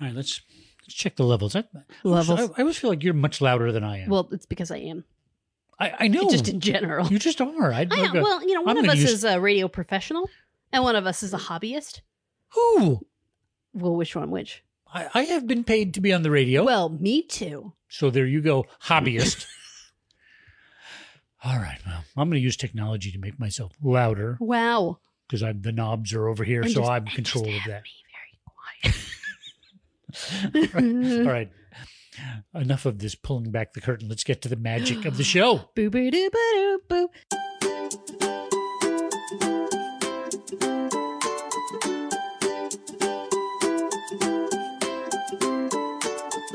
All right, let's let's check the levels. I, Levels. I, I always feel like you're much louder than I am. Well, it's because I am. I, I know. Just in general. you just are. I, I I've am. got- Well, you know, one I'm of us gonna use- is a radio professional and one of us is a hobbyist. Who? Well, which one which? I, I have been paid to be on the radio. Well, me too. so there you go, hobbyist. All right, well, I'm going to use technology to make myself louder Wow. because I'm the knobs are over here, And so just- I'm in and just control of have that. me very All quiet. right, enough of this pulling back the curtain. Let's get to the magic of the show. Boo boo doo boo doo boo.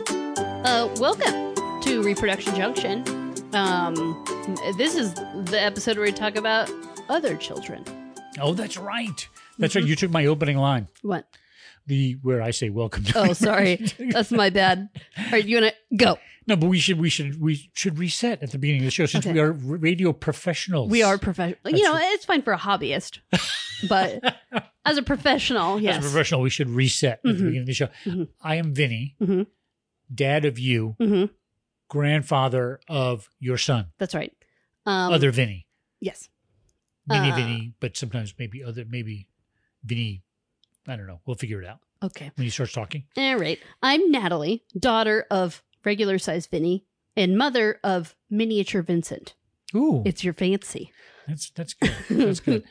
Uh, welcome to Reproduction Junction. Um, this is the episode where we talk about other children. Oh, that's right. That's Mm-hmm. right. You took my opening line, What? the where I say welcome. To Oh, sorry, that's my bad. All right, you wanna go? no, but we should we should we should reset at the beginning of the show since Okay. we are radio professionals. We are professional. You know, it's fine for a hobbyist, but as a professional, yes. As a professional, we should reset at Mhm. the beginning of the show. Mhm. I am Vinny, Mhm. dad of you, hmm grandfather of your son, That's right. Um, other Vinny, yes. mini uh, Vinny, but sometimes maybe other maybe Vinny. I don't know. We'll figure it out Okay. when he starts talking. All right. I'm Natalie, daughter of regular size Vinny and mother of miniature Vincent. Ooh, It's your fancy. that's that's good. That's good.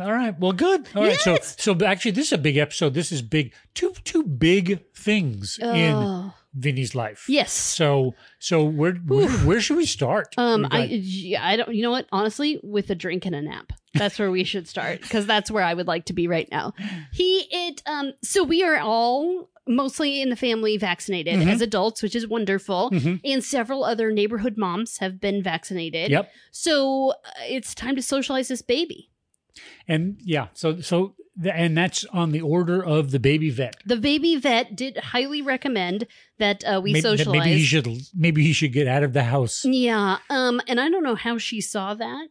All right. Well, good. All right. Yes! So so actually, this is a big episode. This is big. Two two big things in Oh, Vinny's life. yes. So so where where, where should we start? Um, We've I, got- yeah, I don't, you know what? Honestly, with a drink and a nap, that's where we should start because that's where I would like to be right now. He, it, um, so we are all mostly in the family vaccinated Mhm. as adults, which is wonderful. Mhm. And several other neighborhood moms have been vaccinated. Yep. So uh, it's time to socialize this baby. And yeah, so so th- and that's on the order of the baby vet. The baby vet did highly recommend that uh, we maybe, that socialize. Maybe he should maybe he should get out of the house. yeah, um, and I don't know how she saw that.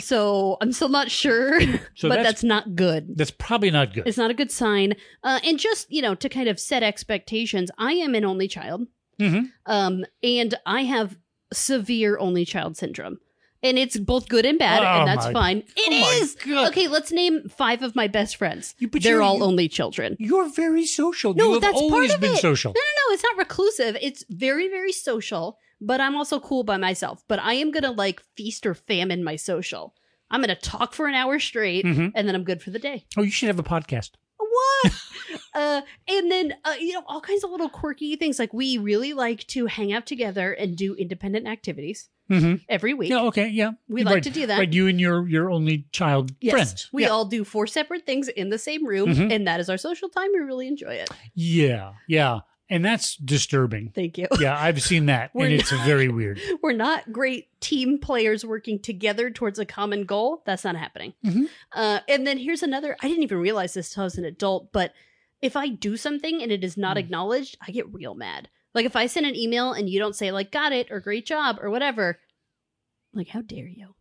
so I'm still not sure, So but that's- that's, not good. That's probably not good. It's not a good sign. Uh, and just you know, to kind of set expectations, I am an only child, Mm-hmm. um, and I have severe only child syndrome, and it's both good and bad, Oh and that's my- fine. It oh my is God. okay. Let's name five of my best friends. You- but They're you're- all you- only children. You're very social. No, you have that's part always of been it. social. No, no, no. It's not reclusive. It's very, very social, but I'm also cool by myself. But I am going to like feast or famine my social. I'm going to talk for an hour straight Mhm. and then I'm good for the day. Oh, you should have a podcast. What? uh, and then, uh, you know, all kinds of little quirky things. Like we really like to hang out together and do independent activities Mm-hmm. every week. Yeah. Okay. Yeah. We like Right, to do that. Right. You and your your only child Yes, friends. we yeah. all do four separate things in the same room, Mhm. and that is our social time. We really enjoy it. yeah. Yeah. And that's disturbing. Thank you. Yeah, I've seen that, We're and it's very weird. we're not great team players working together towards a common goal. That's not happening. Mhm. Uh, and then here's another. I didn't even realize this till I was an adult, but if I do something and it is not Mm. acknowledged, I get real mad. Like if I send an email and you don't say like "got it" or "great job" or whatever, I'm like how dare you?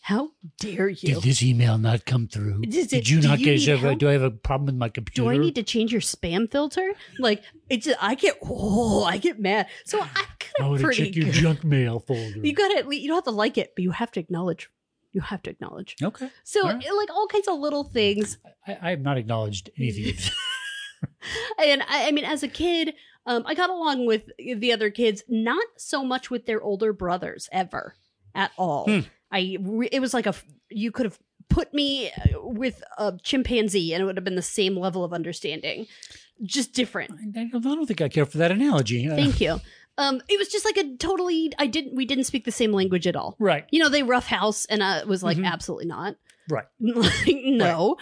How dare you? Did this email not come through? Does it- Did you do not you get? need should I- help? Do I have a problem with my computer? do I need to change your spam filter? Like it's I get oh I get mad. So I'm I kind want of to pretty. check your good. junk mail folder. You got to you don't have to like it, but you have to acknowledge. You have to acknowledge. okay. So, All right. like all kinds of little things. I, I have not acknowledged anything. of this. And I, I mean, as a kid, um, I got along with the other kids, not so much with their older brothers ever at all. Hmm. I re- it was like a f- you could have put me uh, with a chimpanzee and it would have been the same level of understanding, just different. I I don't think I care for that analogy. Uh, Thank you. Um, it was just like a totally. I didn't. We didn't speak the same language at all. right. You know, they rough house, and I was like, Mhm. absolutely not. Right. like, no.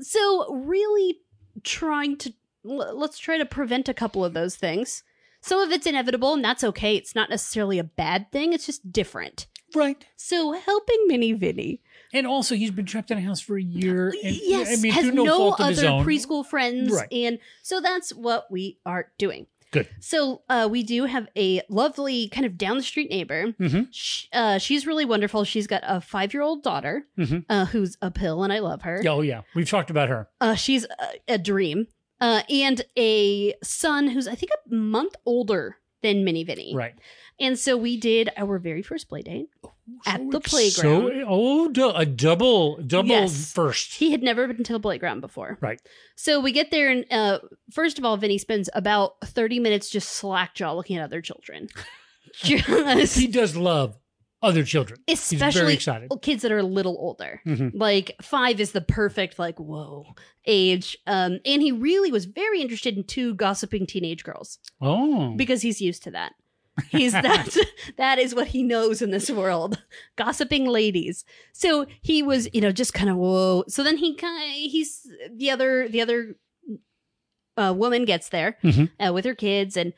So really trying to l- let's try to prevent a couple of those things. Some of it's inevitable and that's okay. It's not necessarily a bad thing. It's just different. Right. So helping Minnie Vinny, And also, he's been trapped in a house for a year. And, Uh, yes, I mean, has through no, no, fault of his other own. preschool friends, Right. and so that's what we are doing. Good. So uh, we do have a lovely kind of down the street neighbor. Mhm. Sh uh, she's really wonderful. She's got a five year old daughter Mhm. uh, who's a pill, and I love her. Yeah, Oh yeah, we've talked about her. Uh, she's a, a dream. uh, and a son who's I think a month older than Mini Vinny. Right. And so we did our very first play date. At So the it's playground. So, oh, du- a double, double Yes. first. He had never been to a playground before. Right. So we get there, and uh, first of all, Vinny spends about 30 minutes just slack jaw looking at other children. Just- He does love other children. He's very especially excited. kids that are a little older. Mhm. Like five is the perfect, like, whoa age. Um, and he really was very interested in two gossiping teenage girls Oh, because he's used to that. He's that that is what he knows in this world. Gossiping ladies. So he was, you know, just kind of whoa. So then he kind of he's the other the other uh, woman gets there Mhm. uh, with her kids and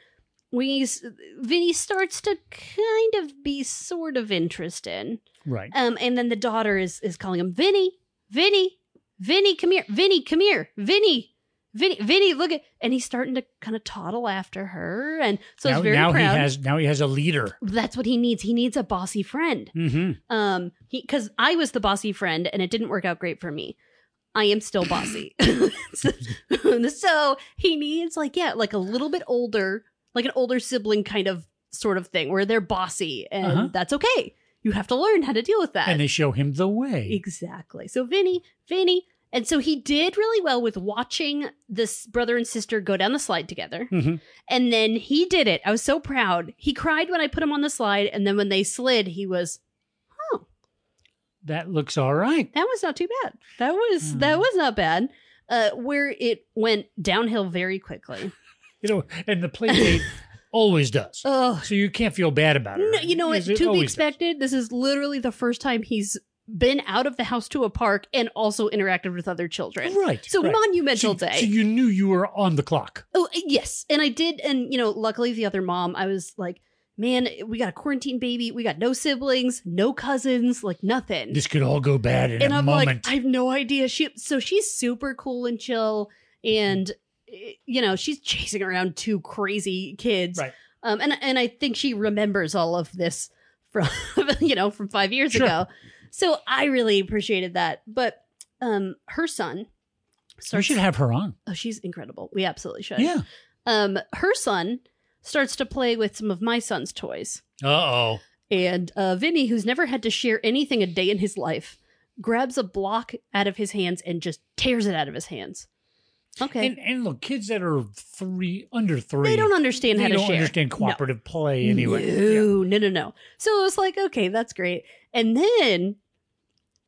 we s- Vinny starts to kind of be sort of interested. right. Um, and then the daughter is is calling him Vinny, Vinny, Vinny, come here, Vinny, come here, Vinny, Vinny, Vinny, look at, and he's starting to kind of toddle after her, and so now he's very now he proud. has now he has a leader. That's what he needs. He needs a bossy friend. Mm-hmm. Um, he because I was the bossy friend, and it didn't work out great for me. I am still bossy, so, so he needs like yeah, like a little bit older, like an older sibling kind of sort of thing where they're bossy, and Uh-huh. that's okay. You have to learn how to deal with that. And they show him the way. Exactly. So Vinny, Vinny, and so he did really well with watching this brother and sister go down the slide together. Mhm. And then he did it. I was so proud. He cried when I put him on the slide, and then when they slid, he was That looks all right. that was not too bad. That was Hmm. that was not bad. Uh, where it went downhill very quickly. You know, and the play date always does. Oh, So you can't feel bad about it. no, you know what? Because it To be always does. expected. This is literally the first time he's been out of the house to a park and also interacted with other children. Right. So right. monumental So- day. So you knew you were on the clock. Oh, yes. And I did. And, you know, luckily the other mom, I was like, man, eh, we got a quarantine baby. We got no siblings, no cousins, like nothing. This could all go bad in and a I'm moment. like, I have no idea. She, so she's super cool and chill. And, eh, you know, she's chasing around two crazy kids. Right. Um, and, and I think she remembers all of this from, you know, from five years Sure. ago. So I really appreciated that. But, um, her son we starts, should have her on. oh, she's incredible. We absolutely should Yeah. um, her son starts to play with some of my son's toys. Uh oh. And uh, Vinny, who's never had to share anything a day in his life, grabs a block out of his hands and just tears it out of his hands. Okay. And and look, kids that are three under three, they don't understand how they to don't share. understand No. cooperative play anyway. Yeah. No, no, no, no. So it was like, okay, that's great. And then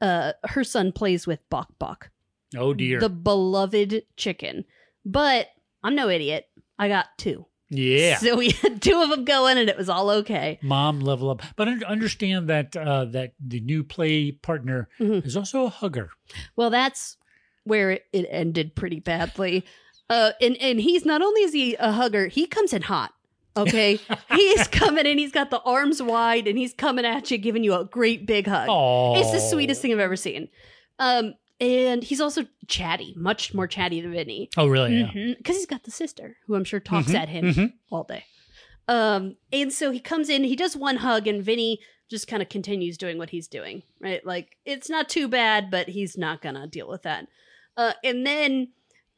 uh, her son plays with Bok Bok, Oh dear. the beloved chicken. But I'm no idiot. I got two. yeah. So we had two of them going and it was all okay. Mom level up, but un- understand that uh, that the new play partner Mhm. is also a hugger. Well, that's where it, it ended pretty badly. Uh, and and he's not only is he a hugger, he comes in hot. Okay, he's coming in. He's got the arms wide, and he's coming at you, giving you a great big hug. Oh, It's the sweetest thing I've ever seen. Um, and he's also chatty, much more chatty than Vinny, Oh really? Yeah. because he's got the sister who I'm sure talks Mhm, at him mhm. all day. Um, and so he comes in, he does one hug, and Vinny just kind of continues doing what he's doing, right? Like it's not too bad, but he's not gonna deal with that. Uh, and then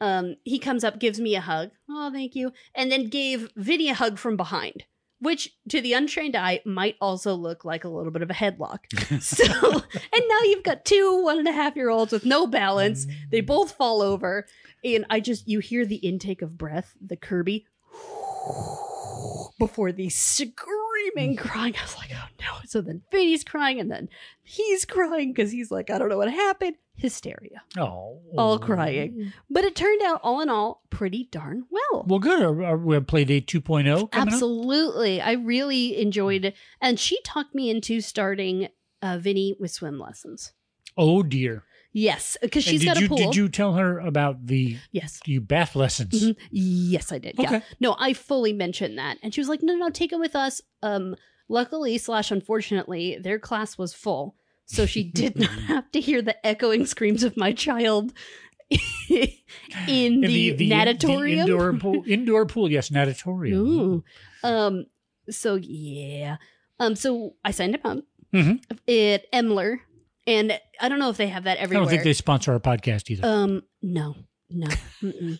um, he comes up, gives me a hug. Oh, thank you. And then gave Vinny a hug from behind, which to the untrained eye might also look like a little bit of a headlock. so, and now you've got two one and a half year olds with no balance. They both fall over, and I just you hear the intake of breath, the Kirby, before the screaming crying. I was like, oh no! So then Vinny's crying, and then he's crying because he's like, I don't know what happened. Hysteria. Oh, Mm-hmm. All crying. But it turned out, all in all, pretty darn well. Well, good. Are, are we have play day 2.0 coming up? Absolutely, I really enjoyed it, and she talked me into starting uh, Vinny with swim lessons. Oh dear. Yes, because And she's did got a you, pool. Did you tell her about the yes. you bath lessons? Mhm. Yes, I did. Yeah. Okay. No, I fully mentioned that. And she was like, no, no, no, take it with us. Um, luckily slash unfortunately, their class was full. So she did not have to hear the echoing screams of my child in, In the, natatorium. the indoor pool. Indoor pool. Yes, natatorium. Ooh. Um, so yeah. Um, so I signed him up Mhm. at Emler. And I don't know if they have that I everywhere. Uh, don't think they sponsor our podcast either. Um, no. No. Mm-mm.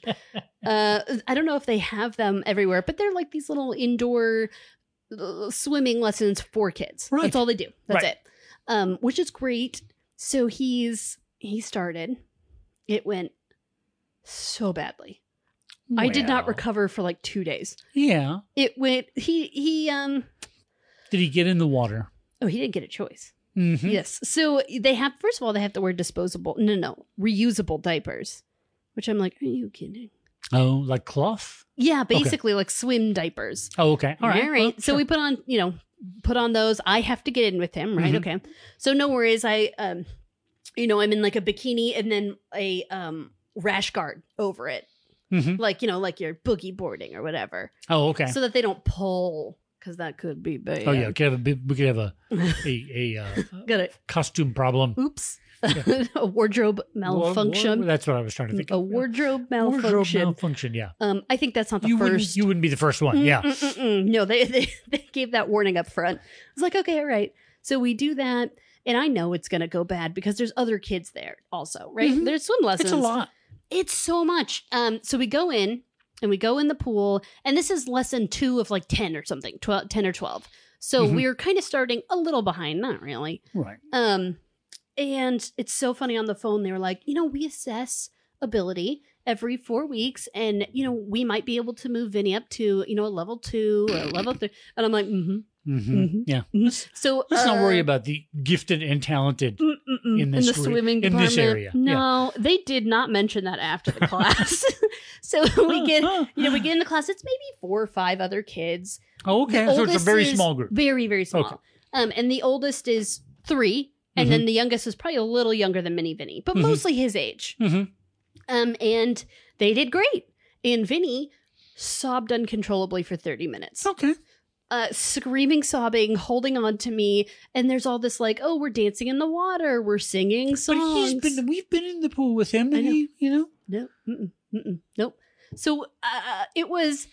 uh, I don't know if they have them everywhere, but they're like these little indoor uh, swimming lessons for kids. Right. That's all they do. That's Right. it. Um, which is great. So he's he started. It went so badly. I did not Well, recover for like 2 days. Yeah. It went he he um Did he get in the water? oh, he didn't get a choice. Mm-hmm. Yes. So they have first of all they have the word disposable. No, no, reusable diapers. Which I'm like, are you kidding? Oh, like cloth? Yeah, basically like swim diapers. Oh, okay. All right. All Well, right. so we put on, you know, put on those. I have to get in with him, right? Mhm. Okay. So no worries. I um you know, I'm in like a bikini and then a um rash guard over it. sure. Mhm. Like, you know, like you're boogie boarding or whatever. Oh, okay. So that they don't pull cuz that could be bad. Oh yeah, we could have a bit- we could have a a, a uh, Got it. costume problem. Oops. a wardrobe malfunction. Well, that's what I was trying to think. a of. wardrobe Wardrobe malfunction. malfunction, Yeah, um I think that's not the Mm-hmm. you 1st wouldn't you wouldn't be the first one. Yeah. Mm-mm-mm-mm. No, they, they they gave that warning up front. I was like, okay, all right. So we do that, and I know it's gonna go bad because there's other kids there also, right? Mhm. There's swim It's lessons. a lot. It's so much. Um, so we go in and we go in the pool, and this is lesson two of like ten or something, 12, 10 or twelve. So Mhm. we're kind of starting a little behind, not really. Right. Um, and it's so funny on the phone. They were like, you know, we assess ability every four weeks, and you know, we might be able to move Vinny up to you know a level two or a level three. And I'm like, mm-hmm. hmm Mhm. Yeah. So Let's not uh, worry about the gifted and talented. mm-mm-mm, in in, this the re- swimming in department. this area. Yeah. No, they did not mention that after the class. so we get. You know, we get in the class. It's maybe four or five other kids. Oh, okay. The So it's a oldest very is small group. Very, very small. Okay. Mm-hmm. Um, and the oldest is three, and then the youngest is probably a little younger than Minnie Vinny, but Mhm. mostly his age. Mhm. Um, and they did great. And Vinny sobbed uncontrollably for 30 minutes. Okay. Uh, screaming, sobbing, holding on to me, and there's all this like, oh, we're dancing in the water, we're singing songs. But he's been. We've been in the pool with him, I and know. he, you know. No, mm-mm, mm-mm, nope. So uh, it was,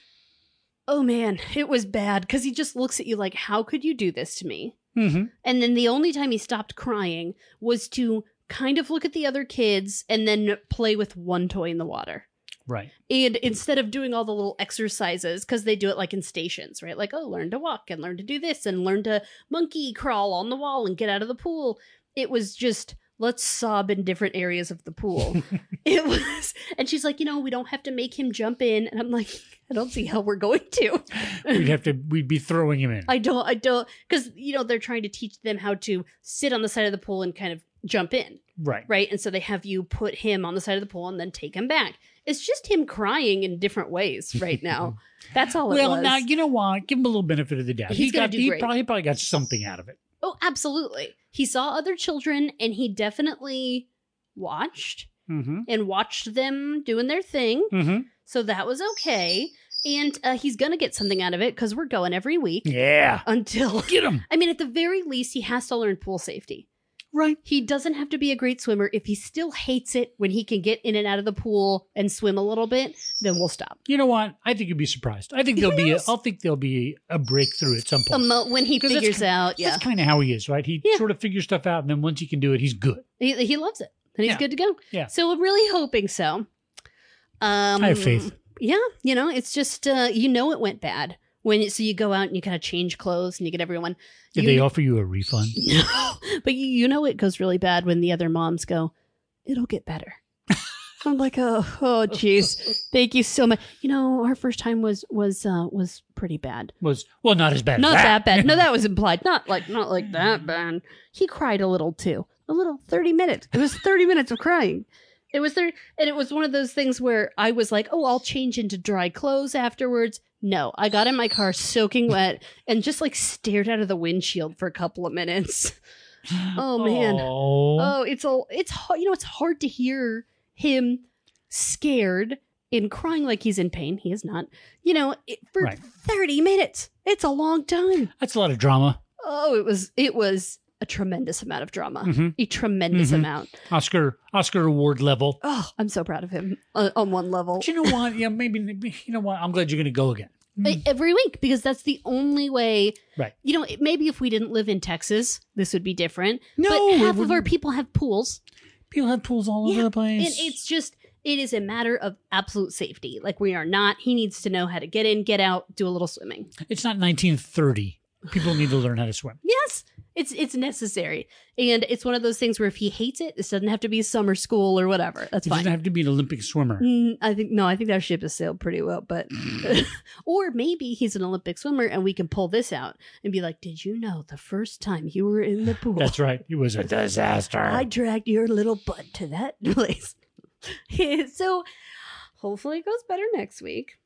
oh man, it was bad because he just looks at you like, how could you do this to me? Mm-hmm. And then the only time he stopped crying was to kind of look at the other kids and then play with one toy in the water. Right. And instead of doing all the little exercises, because they do it like in stations, right? Like, oh, learn to walk and learn to do this and learn to monkey crawl on the wall and get out of the pool. It was just, let's sob in different areas of the pool. it was, and she's like, you know, we don't have to make him jump in. And I'm like, I don't see how we're going to. We'd have to. We'd be throwing him in. I don't, I don't, because, you know, they're trying to teach them how to sit on the side of the pool and kind of jump in, right. right? And so they have you put him on the side of the pool and then take him back. It's just him crying in different ways right now. That's all it Well, was. now you know what. Give him a little benefit of the doubt. He's he gonna got. do He great. probably, probably got something out of it. oh, absolutely. He saw other children and he definitely watched Mm-hmm. and watched them doing their thing. Mm-hmm. So that was okay. And uh, he's going to get something out of it because we're going every week Yeah. until, Get him. I mean, at the very least, he has to learn pool safety. Right. He doesn't have to be a great swimmer. If he still hates it when he can get in and out of the pool and swim a little bit, then we'll stop. You know what? I think you'd be surprised. I think there'll be. A, Yes. I think there'll be a breakthrough at some point. Um, uh, when he 'Cause that's figures ki- out, yeah, That's kind of how he is, right? He Yeah. sort of figures stuff out, and then once he can do it, he's good. he, he loves it and he's Yeah. good to go. Yeah. So I'm really hoping so. Um, I have faith. Yeah, you know, it's just uh, you know it went bad when so you go out and you kind of change clothes and you get everyone. Did you they offer you a refund? No, but you, you know it goes really bad when the other moms go, it'll get better. I'm like, oh, oh, jeez, thank you so much. You know, our first time was was uh, was pretty bad. Was well, not as bad. Not as that bad. No, that was implied. Not like not like that bad. He cried a little too. A little thirty minutes. It was thirty minutes of crying. It was thirty, and it was one of those things where I was like, oh, I'll change into dry clothes afterwards. No, I got in my car soaking wet and just like stared out of the windshield for a couple of minutes. Oh, man. Oh. Oh, it's all it's hard. You know, it's hard to hear him scared and crying like he's in pain. He is not. You know, it, for Right. thirty minutes, it's a long time. That's a lot of drama. Oh, it was it was a tremendous amount of drama, Mhm. a tremendous Mhm. amount. Oscar Oscar award level. Oh, I'm so proud of him uh, on one level. But you know what? Yeah, maybe you know what? I'm glad you're going to go again. E- Every week, because that's the only way. Right. You know, it- maybe if we didn't live in Texas, this would be different. No, but it half of our wouldn't. people have pools, people have pools all Yeah, over the place. and it's just It is a matter of absolute safety. Like we are not. He needs to know how to get in, get out, do a little swimming. It's not 1930. People need to learn how to swim. Yes, it's it's necessary, and it's one of those things where if he hates it, this doesn't have to be summer school or whatever. That's It fine. doesn't have to be an Olympic swimmer. Mm, I think no, I think that ship has sailed pretty well, but Mm. or maybe he's an Olympic swimmer and we can pull this out and be like, "Did you know the first time you were in the pool, That's right. He was a disaster. I dragged your little butt to that place?" so hopefully it goes better next week.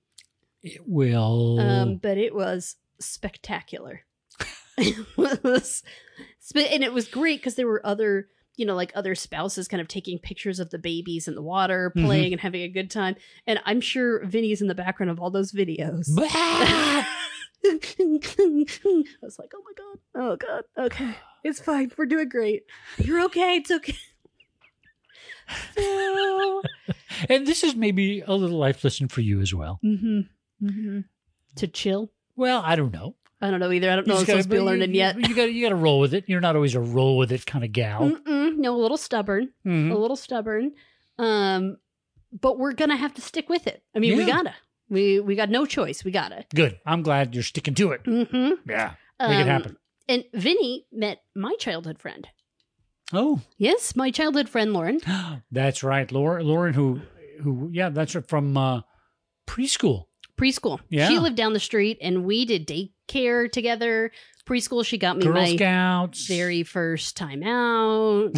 it will. Um, but it was spectacular. it was, spe- and it was great because there were other, you know, like other spouses kind of taking pictures of the babies in the water, Mhm. playing and having a good time. And I'm sure Vinny's in the background of all those videos. Blah! I was like, oh my god, oh god, okay, it's fine, we're doing great. You're okay, it's okay. so, and this is maybe a little life lesson for you as well. hmm Mm-hmm. hmm to chill. Well, I don't know. I don't know either. I don't You know just if I'm supposed to be but learning you, yet. Mm-hmm. You got you got to roll with it. You're not always a roll with it kind of gal. Mm-mm, no, a little stubborn, Mhm. a little stubborn. Um, but we're gonna have to stick with it. I mean, we Yeah. gotta. We we got no choice. We gotta. Good. I'm glad you're sticking to it. Mm-hmm. um, Yeah, make it happen. And Vinny met my childhood friend. Oh, Yes, my childhood friend Lauren. that's right, Lauren. Lauren, who, who, yeah, that's right, from uh, preschool. Preschool. Yeah. She lived down the street, and we did daycare together. Preschool. She got me Girl my Scouts. very first time out.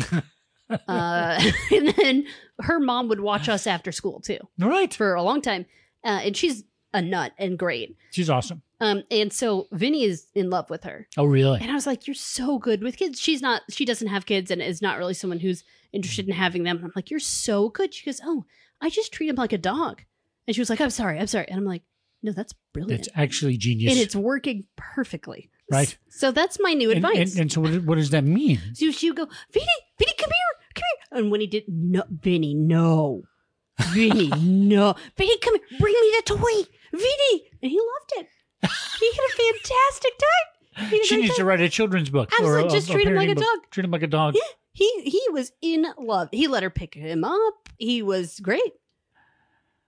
uh, and then her mom would watch us after school too right. for a long time. Uh, and she's a nut and great. She's awesome. Um, and so Vinny is in love with her. Oh, really? And I was like, You're so good with kids. She's not, she doesn't have kids and is not really someone who's interested in having them. And I'm like, You're so good. She goes, Oh, I just treat him like a dog. And she was like, I'm sorry, I'm sorry. And I'm like, No, that's brilliant. That's actually genius. And it's working perfectly. Right. S- So that's my new And, advice. and, and so, what, what does that mean? so she would go, Vinny, Vinny, come here, come here. And when he did, no, Vinny, no. Vinny, no. Vinny, come here, bring me the toy. Vinny. And he loved it. He had a fantastic time. He had a She great needs time. to write a children's book. I was or like, just treat him like a parenting book. dog. Treat him like a dog. Yeah. he he was in love. He let her pick him up. He was great.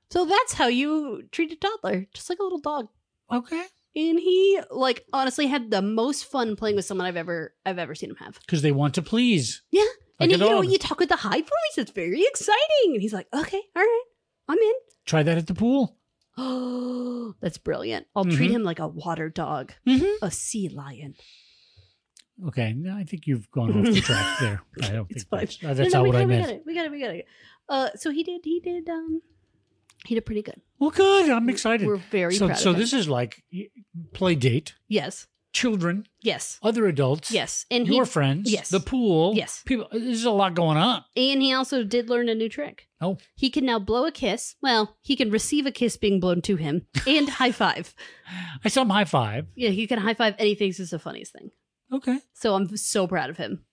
So that's how you treat a toddler, just like a little dog. Okay. And he like honestly had the most fun playing with someone I've ever I've ever seen him have. Because they want to please. Yeah. Like a and you know dog. you talk with the high voice. It's very exciting. And he's like, okay, all right, I'm in. Try that at the pool. Oh, that's brilliant. I'll treat Mhm. him like a water dog, Mm-hmm. a sea lion. Okay. no, I think you've gone off the track there. I don't It's think fine. that's, uh, that's not No, no, we what got I it, we meant. got it. We got it. We got it. Uh, so he did. He did. Um, he did pretty good. Well, good. I'm excited. We're very so, proud. so of him. this is like y- play date, Yes. children, Yes. other adults, Yes. And he your friends, yes. the pool, Yes. People, uh, there's a lot going on. and he also did learn a new trick. Oh. He can now blow a kiss. Well, he can receive a kiss being blown to him and high five. I saw him high five. Yeah, he can high five and he thinks it's the funniest thing. Okay. So I'm so proud of him.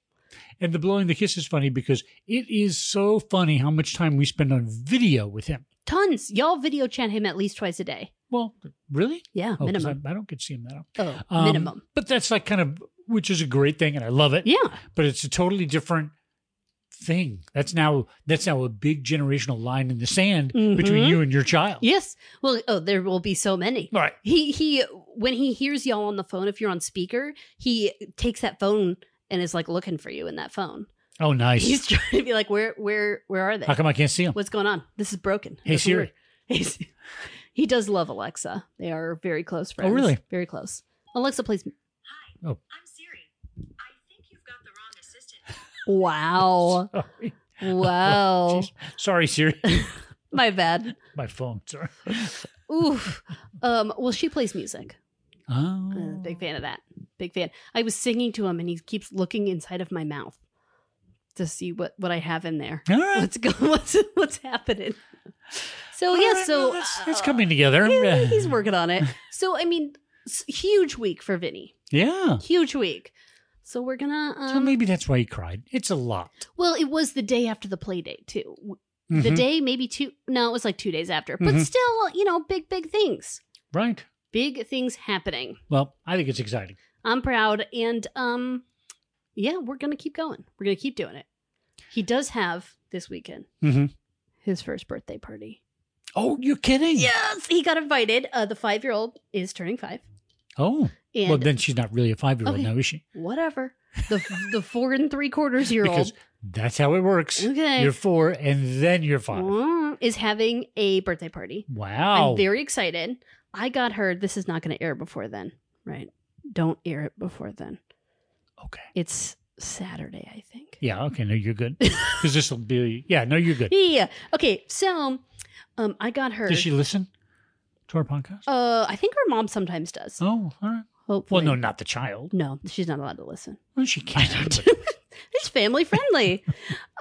And the blowing the kiss is funny because it is so funny how much time we spend on video with him. Tons. Y'all video chat him at least twice a day. Well, really? Yeah, Oh, 'cause minimum. I, I don't get to see him that often. Oh, Um, minimum. But that's like kind of, which is a great thing, and I love it. Yeah. But it's a totally different thing. That's now that's now a big generational line in the sand between Mhm. you and your child. Yes. Well, oh, there will be so many. Right. He he when he hears y'all on the phone if you're on speaker, he takes that phone and is like looking for you in that phone. Oh, nice. He's trying to be like where where where are they? How come I can't see him? What's going on? This is broken. Hey, This is Siri. weird. Hey, Siri. he does love Alexa. They are very close friends. Oh, really? Very close. Alexa plays. Hi. Oh. I'm Siri. I think you've got the wrong assistant. Wow. Sorry. wow. Jeez. Sorry, Siri. My bad. My phone. Sorry. Oof. Um, well, she plays music. Oh. Uh, big fan of that. Big fan. I was singing to him, and he keeps looking inside of my mouth to see what what I have in there. Oh. All right. What's go? What's what's happening? So All yeah. right, so well, that's, that's uh, coming together. yeah, he's working on it. So I mean, s- huge week for Vinny. Yeah. huge week. So we're gonna. Um, So maybe that's why he cried. It's a lot. well, it was the day after the play date too. W- The Mhm. day, maybe two. No, it was like two days after. But Mhm. still, you know, big big things, Right. big things happening. Well, I think it's exciting. I'm proud, and um, yeah, we're gonna keep going. We're gonna keep doing it. He does have this weekend. Mhm. his first birthday party. Oh, you're kidding? Yes, he got invited. Uh, the five year old is turning five. Oh, And well, then she's not really a five year old Okay. now, is she? whatever. The the four and three quarters year Because old that's how it works. Okay. You're four and then you're five. mm, is having a birthday party. Wow. I'm very excited. I got her. This is not going to air before then, right? Don't air it before then. okay. It's Saturday, I think. Yeah. Okay. No, you're good. Because this will be. Yeah. No, you're good. Yeah. yeah. Okay. So, um, I got her. Does she listen to our podcast? uh, I think her mom sometimes does. Oh, all right. Well, Hopefully. no, not the child. No, she's not allowed to listen. Well, she can't. It's family friendly.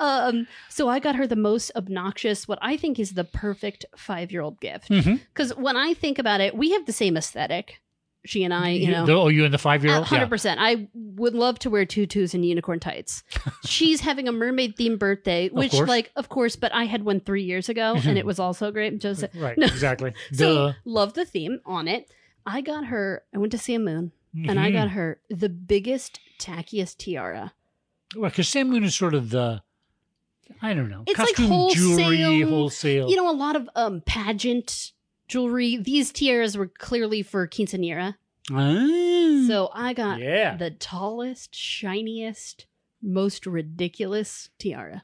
um, so I got her the most obnoxious, what I think is the perfect five year old gift. mm-hmm. Because when I think about it, we have the same aesthetic. She and I, you know, oh, you and the five year A old? hundred percent. I would love to wear tutus and unicorn tights. She's having a mermaid themed birthday, which, course. Mm-hmm. like, of course, but I had one three years ago, and it was also great. Just Right. No. Exactly. so Duh. love the theme on it. I got her. I went to see a moon, Mhm. and I got her the biggest, tackiest tiara. Well, because Sam Moon is sort of the, I don't know, It's like costume jewelry wholesale, wholesale. You know, a lot of um pageant jewelry. These tiaras were clearly for quinceanera. Ah. So I got yeah, the tallest, shiniest, most ridiculous tiara.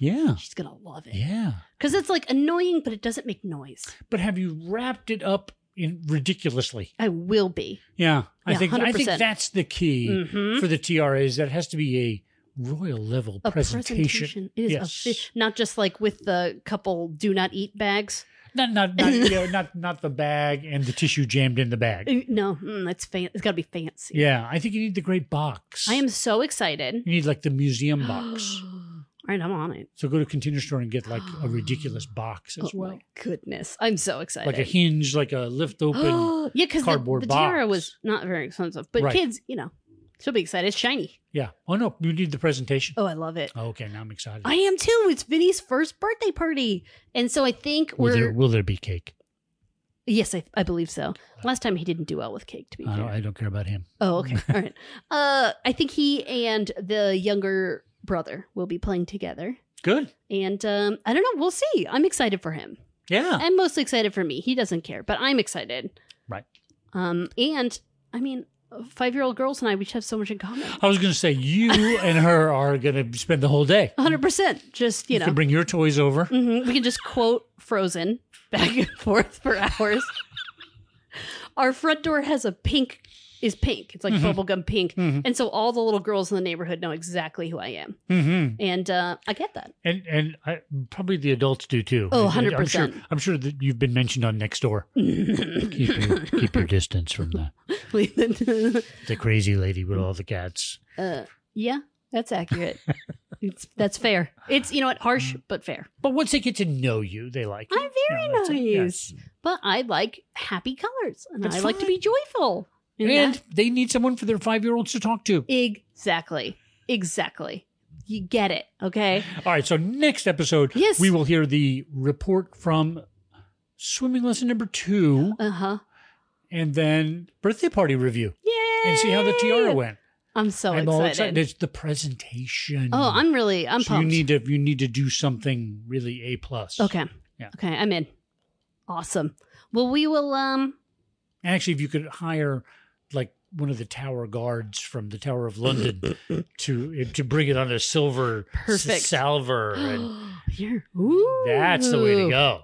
yeah, She's gonna love it. yeah. Because it's like annoying, but it doesn't make noise. But have you wrapped it up in ridiculously? I will be. Yeah, I Yeah, think I think 100%. that's the key Mm-hmm. for the TRA is that it has to be a royal level A presentation. presentation. It is Yes. offi- not just like with the couple do not eat bags. Not not not, you know, not not the bag and the tissue jammed in the bag. Uh, No, mm, it's fan- it's got to be fancy. Yeah, I think you need the great box. I am so excited. You need like the museum box. All right, I'm on it. So go to Container Store and get like a ridiculous box as oh well. my goodness, I'm so excited. like a hinge, like a lift open. yeah, because the, cardboard the tiara box. was not very expensive, but Right. kids, you know, she'll be excited. It's shiny. yeah. Oh no, you need the presentation. Oh, I love it. Oh, okay, now I'm excited. I am too. It's Vinny's first birthday party, and so I think will we're there will there be cake? Yes, I, I believe so. Last time he didn't do well with cake, to be I don't, fair. I don't care about him. Oh, okay. All right. Uh, I think he and the younger brother will be playing together. Good. And um, I don't know. We'll see. I'm excited for him. Yeah. I'm mostly excited for me. He doesn't care, but I'm excited. Right. Um, and I mean, five year old girls and I, we just have so much in common. I was going to say you and her are going to spend the whole day. 100%. Just, you, You know, can bring your toys over. Mhm, we can just quote Frozen back and forth for hours. Our front door has a pink, is pink. It's like Mhm. bubblegum pink. Mm-hmm. And so all the little girls in the neighborhood know exactly who I am. Mm-hmm. And uh, I get that. And and I, probably the adults do too. Oh, I- I- I'm sure. 100%. I'm sure that you've been mentioned on next door. Keep your, keep your distance from the the crazy lady with all the cats. uh, yeah, that's accurate. It's, that's fair. It's, you know what, harsh, but fair. But once they get to know you, they like. you. I'm very Mm-hmm. Yeah, that's it. nice. Yes. But I like happy colors and That's I like to be joyful. And And that- they need someone for their five year olds to talk to. exactly. Exactly. You get it. Okay. All right. So next episode, Yes. we will hear the report from swimming lesson number two, Uh huh. and then birthday party review, Yay. and see how the tiara went. I'm so I'm excited. all excited. It's the presentation. Oh, I'm really, I'm so pumped. you need to you need to do something really a plus. Okay. Yeah. Okay, I'm in. Awesome. Well, we will um And actually, if you could hire like one of the tower guards from the Tower of London to to bring it on a silver s- Perfect. salver, and here. Ooh. that's the way to go.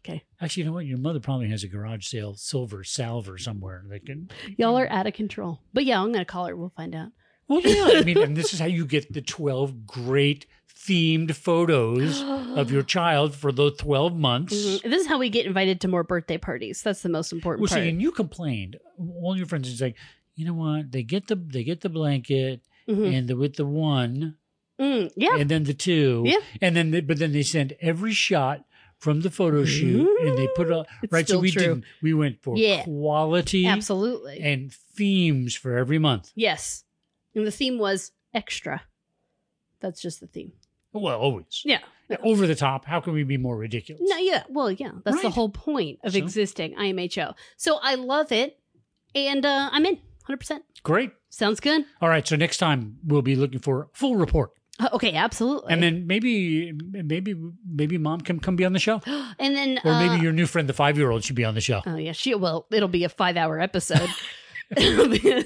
Okay. Actually, you know what? Your mother probably has a garage sale silver salver somewhere. They can. Y'all are out of control. But yeah, I'm gonna call her. We'll find out. Well, yeah. I mean, and this is how you get the twelve great themed photos of your child for those twelve months. Mhm. This is how we get invited to more birthday parties. That's the most important Well, part. see, and you complained. All your friends is like, you know what? They get the they get the blanket Mhm. and the with the one Mm, yeah. and then the two Yeah. and then they, but then they send every shot from the photo shoot and they put it all Mm-hmm. It's right. So still we true. didn't. We went for Yeah. quality Absolutely. and themes for every month. yes. And the theme was extra. That's just the theme. Well, always Yeah. over the top. How can we be more ridiculous? No, yeah. Well, yeah. That's the Right. whole point of So- existing IMHO. So I love it. And uh, I'm in 100%. Great. Sounds good. All right. So next time we'll be looking for a full report Uh, Okay, absolutely. And then maybe, maybe, maybe mom can come be on the show, and then or uh, maybe your new friend, the five year old, should be on the show. Oh yeah, she well, it'll be a five hour episode. It'll be-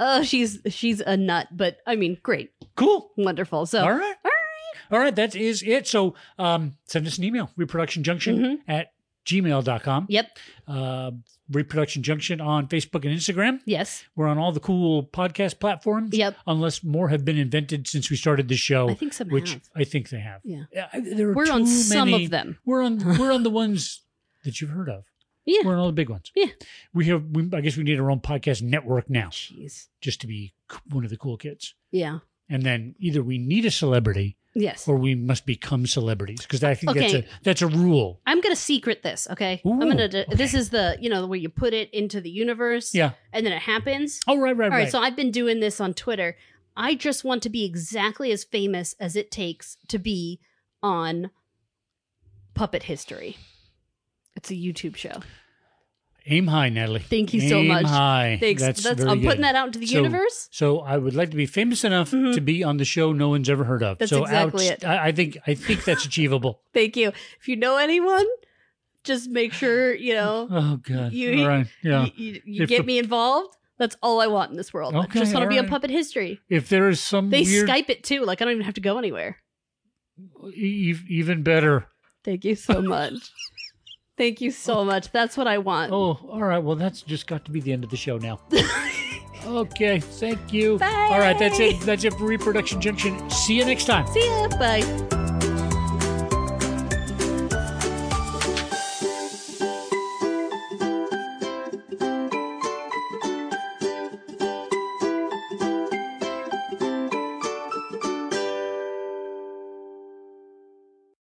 oh, she's she's a nut, but I mean, great, Cool. wonderful. So All right. All right. All right. That is it. So um, send us an email, reproductionjunction Mm-hmm. at gmail.com. yep, Uh, Reproduction Junction on Facebook and Instagram. yes, We're on all the cool podcast platforms. yep. Unless more have been invented since we started the show, I think some Oh, which have. I think they have. Yeah. I- there are We're on too some many- of them. We're on we're on the ones that you've heard of. Yeah. We're on all the big ones. Yeah. We have we, I guess we need our own podcast network now Jeez. just to be c- one of the cool kids. Yeah. And then either we need a celebrity Yes. or we must become celebrities because I think Okay. that's a that's a rule. I'm gonna secret this. Okay. I'm Ooh, gonna. Do, This okay. is the you know where you put it into the universe. Yeah. And then it happens. Oh right, right, All right, right. so I've been doing this on Twitter. I just want to be exactly as famous as it takes to be on Puppet History. It's a YouTube show. Aim high, Natalie. Thank you so Aim much. High. Thanks. That's, That's, very I'm good. putting that out into the So- universe. So I would like to be famous enough Mhm. to be on the show no one's ever heard of. That's so exactly outs- it. I, I think I think that's achievable. Thank you. If you know anyone, just make sure, you know, Oh god. You- all right. Yeah. you, you, you If get the- me involved. That's all I want in this world. I Okay, just want to be on alright. Puppet History. if there is some They weird, Skype it too. Like, I don't even have to go anywhere. e- even better. Thank you so much. Thank you so much. That's what I want. Oh, all right. Well, that's just got to be the end of the show now. okay. Thank you. All right. That's it. That's it for Reproduction Junction. See you next time. See ya. Bye.